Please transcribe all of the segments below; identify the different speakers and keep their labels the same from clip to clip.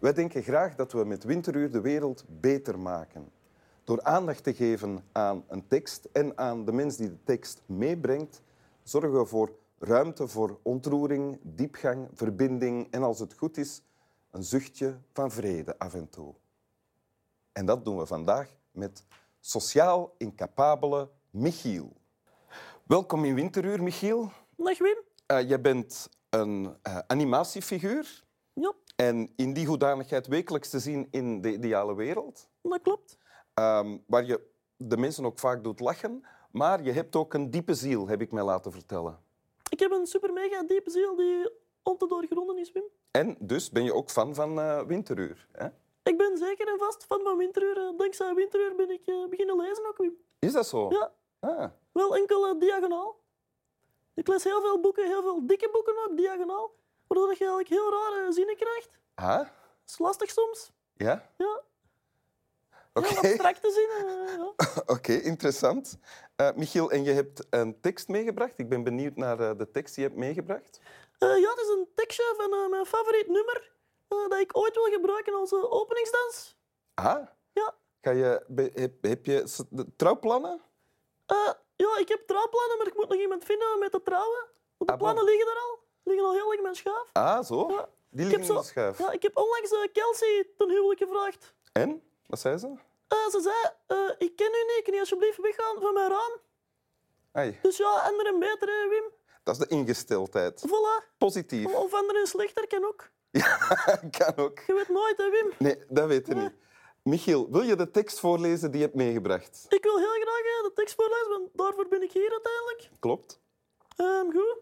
Speaker 1: Wij denken graag dat we met Winteruur de wereld beter maken. Door aandacht te geven aan een tekst en aan de mens die de tekst meebrengt, zorgen we voor ruimte voor ontroering, diepgang, verbinding en als het goed is, een zuchtje van vrede af en toe. En dat doen we vandaag met sociaal incapabele Michiel. Welkom in Winteruur, Michiel.
Speaker 2: Dag Wim.
Speaker 1: Eh, jij bent een eh, animatiefiguur
Speaker 2: Ja,
Speaker 1: en in die hoedanigheid wekelijks te zien in de ideale wereld,
Speaker 2: dat klopt.
Speaker 1: Ehm, waar je de mensen ook vaak doet lachen, maar je hebt ook een diepe ziel, heb ik mij laten vertellen.
Speaker 2: Ik heb een super mega diepe ziel die om te doorgronden is, Wim.
Speaker 1: En dus ben je ook fan van eh, Winteruur. Hè?
Speaker 2: Ik ben zeker en vast fan van Winteruur. Eh, Dankzij Winteruur ben ik eh, beginnen lezen ook, Wim.
Speaker 1: Is dat zo?
Speaker 2: Ja,
Speaker 1: Ah,
Speaker 2: wel enkel eh, diagonaal. Ik lees heel veel boeken, heel veel dikke boeken ook, diagonaal. Waardoor je eigenlijk heel rare zinnen krijgt.
Speaker 1: ah
Speaker 2: Dat is lastig soms.
Speaker 1: ja?
Speaker 2: Ja,
Speaker 1: Oké,
Speaker 2: heel abstracte zinnen. eh, ja.
Speaker 1: Oké, interessant. Eh, Michiel, en je hebt een tekst meegebracht. Ik ben benieuwd naar eh, de tekst die je hebt meegebracht.
Speaker 2: Eh, ja, het is een tekstje van eh, mijn favoriet nummer eh, dat ik ooit wil gebruiken als eh, openingsdans.
Speaker 1: Ah?
Speaker 2: Ja.
Speaker 1: Ga je, be- heb, heb je s- de- trouwplannen?
Speaker 2: Eh, ja, ik heb trouwplannen, maar ik moet nog iemand vinden om mee te trouwen. Want
Speaker 1: Ah,
Speaker 2: de
Speaker 1: bon.
Speaker 2: plannen liggen er al. Liggen al heel lang in mijn schaaf.
Speaker 1: Ah, zo?
Speaker 2: Ja.
Speaker 1: Die
Speaker 2: Ik
Speaker 1: liggen
Speaker 2: heb
Speaker 1: in
Speaker 2: zo-
Speaker 1: de schuif.
Speaker 2: Ja, ik heb onlangs eh, Kelsey ten huwelijk gevraagd.
Speaker 1: En? Wat zei ze?
Speaker 2: Eh, ze zei, eh, ik ken u niet, kun je alsjeblieft weggaan van mijn raam?
Speaker 1: Ai,
Speaker 2: Dus ja, anderen en beter, hè, Wim.
Speaker 1: dat is de ingesteldheid.
Speaker 2: Voilà.
Speaker 1: Positief.
Speaker 2: Of anderen en slechter, kan ook.
Speaker 1: kan ook.
Speaker 2: Je weet nooit, hè, Wim.
Speaker 1: Nee, dat weten we niet. Michiel, wil je de tekst voorlezen die je hebt meegebracht?
Speaker 2: Ik wil heel graag eh, de tekst voorlezen, want daarvoor ben ik hier uiteindelijk.
Speaker 1: Klopt.
Speaker 2: Ehm, goed.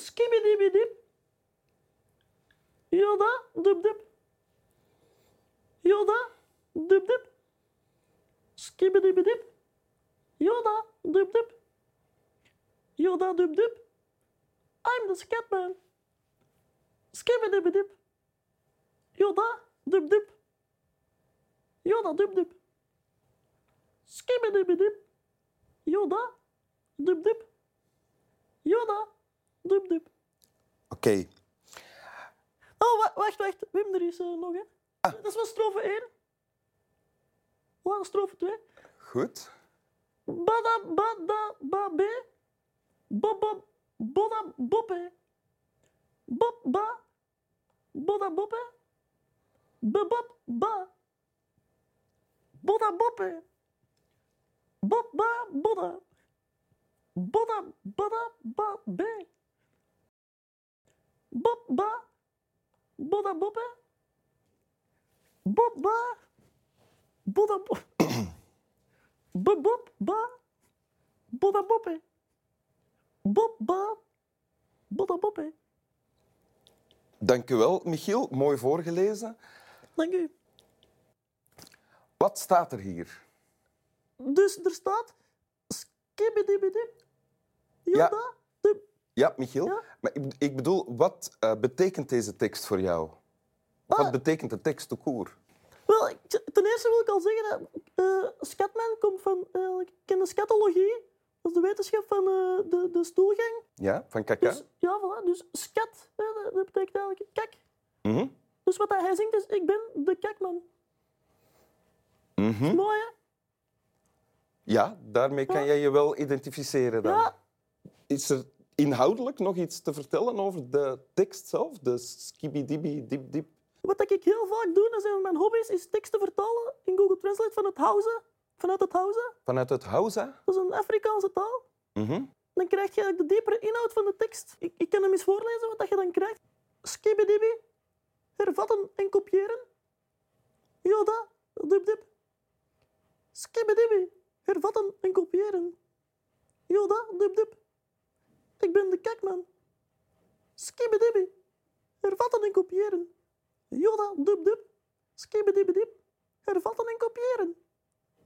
Speaker 2: Skibidibidip. Yoda, dub dub. Yoda, dub dub. Skibidibidip. Yoda, dub dub. Yoda, dub dub. I'm the Scatman. Skibidibidip. Yoda, dub dub. Yoda, dub dub. Skibidibidip. Yoda, dub dub. Jona, dub dub.
Speaker 1: Oké.
Speaker 2: Oh, wa- wacht, wacht. Wim, er is eh, nog hè. Dat is wel strofe 1. Waar is strofe 2?
Speaker 1: Goed.
Speaker 2: Bada, bada, babe. Bob, bob, boda, boppe. Bob, ba. Boda, boppe. Bebop, ba. Boda, boppe. Bob, ba, boda. Boda, bada, ba, be. Bob, ba. Boda, boppe. Bob, ba. Boda, boppe. Bob, bob, ba. Bodda boppe. Bob, ba. Bodda boppe.
Speaker 1: Dank u wel, Michiel. Mooi voorgelezen.
Speaker 2: Dank u.
Speaker 1: Wat staat er hier?
Speaker 2: Dus er staat... Skibidibidib.
Speaker 1: Ja.
Speaker 2: Ja, da, dub.
Speaker 1: Ja, Michiel.
Speaker 2: Ja?
Speaker 1: Maar ik, ik bedoel, wat eh, betekent deze tekst voor jou? Of Wat
Speaker 2: Ah.
Speaker 1: betekent de tekst te koer?
Speaker 2: Wel, ik- ten eerste wil ik al zeggen dat eh Scatman komt van... eh, ik ken de scatologie. Dat is de wetenschap van eh, de, de stoelgang.
Speaker 1: Ja, van kaka?
Speaker 2: Dus, ja, voilà. Dus scat, eh, dat, dat betekent eigenlijk kak.
Speaker 1: Mhm.
Speaker 2: Dus wat dat hij zingt is, ik ben de kakman.
Speaker 1: Mhm.
Speaker 2: Mooi, hè?
Speaker 1: Ja, daarmee kan
Speaker 2: Ja.
Speaker 1: jij je wel identificeren dan.
Speaker 2: Ja,
Speaker 1: Is er inhoudelijk nog iets te vertellen over de tekst zelf? De skibidibidip dip dip?
Speaker 2: Wat ik heel vaak doe, dat zijn van mijn hobby's, is teksten vertalen in Google Translate van het Hausa, vanuit het Hausa.
Speaker 1: Vanuit het Hausa?
Speaker 2: Dat is een Afrikaanse taal.
Speaker 1: Mhm.
Speaker 2: Dan krijg je eigenlijk de diepere inhoud van de tekst. Ik, ik kan hem eens voorlezen wat dat je dan krijgt. Skibidibi, hervatten en kopiëren. Yoda, dip dip. Skibidibi, hervatten en kopiëren. Yoda, dip dip. Ik ben de kakman. Skibidibi, hervatten en kopiëren. Yoda, dip dip. Skibidibidip, hervatten en kopiëren.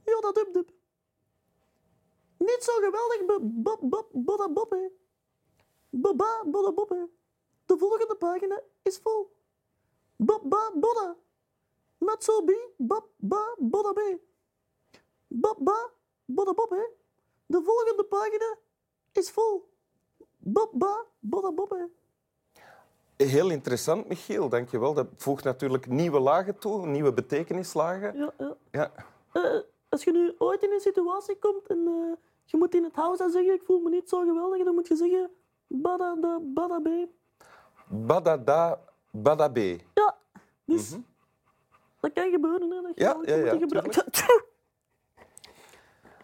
Speaker 2: Yoda, dip dip. Niet zo geweldig, bo- bo- bo- bodda bob, hè. Baba, bodda bob, hè. De volgende pagina is vol. Baba, bodda. Not so be, baba, bodda be. Baba, bodda bob, hè. De volgende pagina is vol. Baba, bodda bob, hè.
Speaker 1: Heel interessant, Michiel. Dank je wel. Dat voegt natuurlijk nieuwe lagen toe, nieuwe betekenislagen.
Speaker 2: Ja, ja.
Speaker 1: Ja.
Speaker 2: Eh, als je nu ooit in een situatie komt en eh, je moet in het huis en zeggen ik voel me niet zo geweldig, dan moet je zeggen badada, badabe.
Speaker 1: Badada, badabe.
Speaker 2: Ja, dus dat kan gebeuren. Hè, dat
Speaker 1: Mhm.
Speaker 2: je
Speaker 1: Ja,
Speaker 2: wel een
Speaker 1: ja, ja,
Speaker 2: keer moet gebruiken.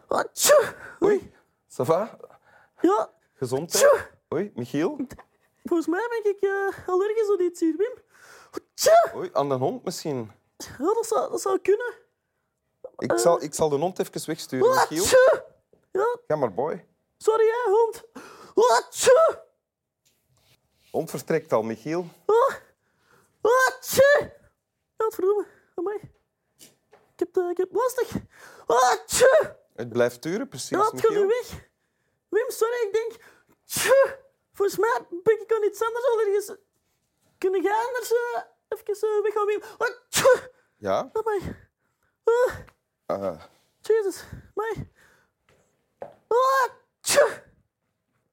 Speaker 2: Atjoe.
Speaker 1: Oei, ça va?
Speaker 2: Ja,
Speaker 1: Gezondheid?
Speaker 2: Tjoe.
Speaker 1: Oei, Michiel?
Speaker 2: volgens mij ben ik eh, allergisch aan iets hier, Wim. Tjoe.
Speaker 1: Oei, aan de hond misschien?
Speaker 2: Ja, dat, zou, dat zou kunnen.
Speaker 1: Ik zal, ik zal de hond even wegsturen, Michiel.
Speaker 2: Atjoe. Ja,
Speaker 1: Ga maar, boy.
Speaker 2: sorry hè, hond. Atjoe.
Speaker 1: Hond vertrekt al, Michiel.
Speaker 2: Ah. Atje! Godverdomme, amai. Ik heb, het, ik heb het lastig. Atje!
Speaker 1: Het blijft duren, precies,
Speaker 2: Dat gaat nu
Speaker 1: Michiel.
Speaker 2: weg. Wim, sorry, ik denk... Tje, volgens mij ben ik aan iets anders allergisch. Kunnen jij anders eh, even eh, weggaan, Wim? Atje!
Speaker 1: Ja?
Speaker 2: Amai. Ah,
Speaker 1: eh,
Speaker 2: Jezus, Oh, amai. Atje!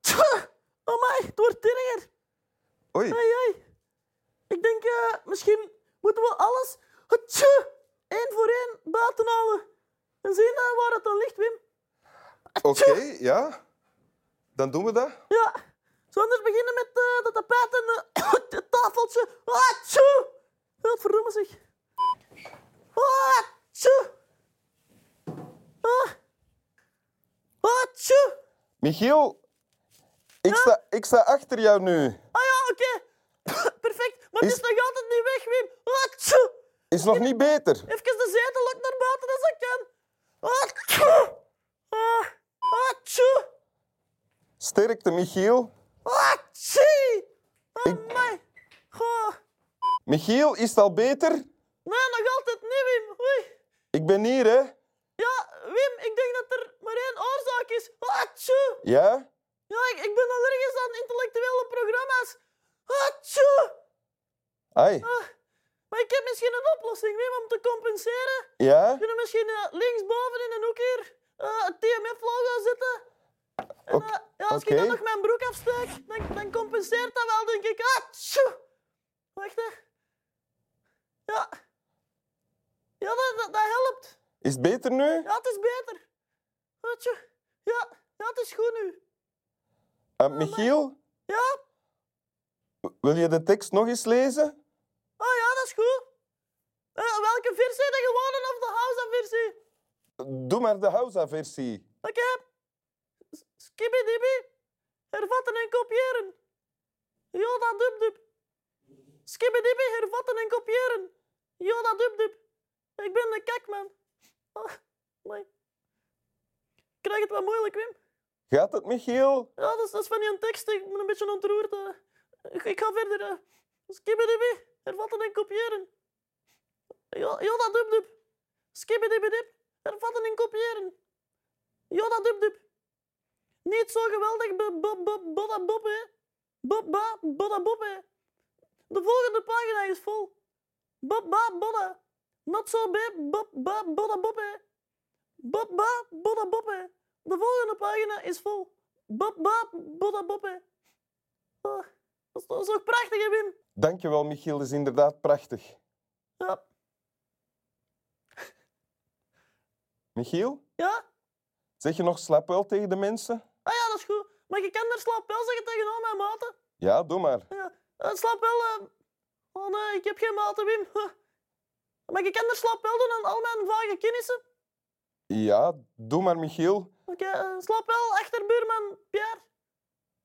Speaker 2: Tje! Amai, Oh, het wordt erger.
Speaker 1: oei,
Speaker 2: Hey, hey. Ik denk, eh, misschien moeten we alles hatje, één voor één buiten halen. En zien eh, waar het dan ligt, Wim.
Speaker 1: oké, ja. Dan doen we dat.
Speaker 2: Ja. Zullen we anders beginnen met eh dat tapijt en eh, het tafeltje? Hatje! Godverdomme zich. Hatje! Ah. Hatje!
Speaker 1: Michiel, ik sta, ik sta achter jou nu.
Speaker 2: Ah ja, oké. Perfect. Maar
Speaker 1: Is-
Speaker 2: het is nog altijd niet weg, Wim. Hatje!
Speaker 1: Is nog niet beter.
Speaker 2: Even de zetel ook naar buiten als ik kan. Atjoe. Ah, Atjoe.
Speaker 1: Sterkte, Michiel.
Speaker 2: Atjie. Amai. Goh.
Speaker 1: Michiel, is het al beter?
Speaker 2: Nee, nog altijd niet, Wim. Oei.
Speaker 1: Ik ben hier, hè?
Speaker 2: Ja, Wim, ik denk dat er maar één oorzaak is. Atjoe.
Speaker 1: Ja?
Speaker 2: Ja, ik, ik ben allergisch aan intellectuele programma's. Atjoe.
Speaker 1: Ai.
Speaker 2: Ah, Maar ik heb misschien een oplossing, Wim, om te compenseren.
Speaker 1: Ja?
Speaker 2: Kunnen we misschien eh, linksboven in een hoek hier eh, het TMF-logo zetten? En,
Speaker 1: Oké,
Speaker 2: eh, ja, als
Speaker 1: oké.
Speaker 2: ik dan nog mijn broek afsteek, dan, dan compenseert dat wel, denk ik. Ah, tjoe. Wacht, hè. Ja. Ja, dat, dat, dat helpt.
Speaker 1: Is het beter nu?
Speaker 2: Ja, het is beter. Ah, tjoe. Ja, ja, het is goed nu.
Speaker 1: Eh, Michiel,
Speaker 2: Ja,
Speaker 1: w- wil je de tekst nog eens lezen?
Speaker 2: ah ja, dat is goed. Eh, welke versie? De gewone of de Hausa-versie?
Speaker 1: Doe maar de Hausa-versie.
Speaker 2: Oké. S- Skibbidibi. Hervatten en kopiëren. Yoda dub dub. Skibbidibi, hervatten en kopiëren. Yoda dub dub. Ik ben de kakman. Ah, nee. Ik krijg het wat moeilijk, Wim.
Speaker 1: Gaat het, Michiel?
Speaker 2: Ja, dat is, dat is van die tekst. Ik ben een beetje ontroerd. eh. Ik, ik ga verder. eh. Skibbidibi, hervatten en kopiëren. Jo- Yoda dub dub. Skibbidibidib, hervatten en kopiëren. Yoda dub dub. Niet zo geweldig, b- b- b- bada bob, hè. Bob, ba, bada bob, hè. De volgende pagina is vol. Bob, ba, bada. Not so bad, bob, ba, bada bob, hè. Bob, ba, bada bob, hè. De volgende pagina is vol. Bob, ba, bada bob, hè. Ah, dat is toch zo prachtig, hè, Wim?
Speaker 1: Dankjewel, Michiel. Dat is inderdaad prachtig.
Speaker 2: Ja.
Speaker 1: Michiel,
Speaker 2: Ja?
Speaker 1: zeg je nog slap wel tegen de mensen?
Speaker 2: Ah ja, dat is goed. Maar je kan er slaap wel zeggen tegen al mijn maten.
Speaker 1: Ja, doe maar.
Speaker 2: Ja. Eh, slaap wel... eh, Oh nee, ik heb geen maten, Wim. Huh. Maar je kan er slaap wel doen aan al mijn vage kennissen.
Speaker 1: Ja, doe maar, Michiel.
Speaker 2: Oké, eh, slaap wel achterbuurman Pierre.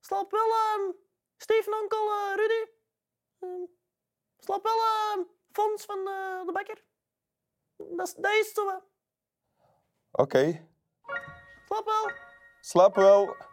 Speaker 2: Slaap wel ehm steefonkel eh, Rudy. Ehm, slaap wel ehm, Fons van eh, de bakker. Dat is, dat is het zo. wat.
Speaker 1: Oké.
Speaker 2: Slaap wel.
Speaker 1: Slaap wel.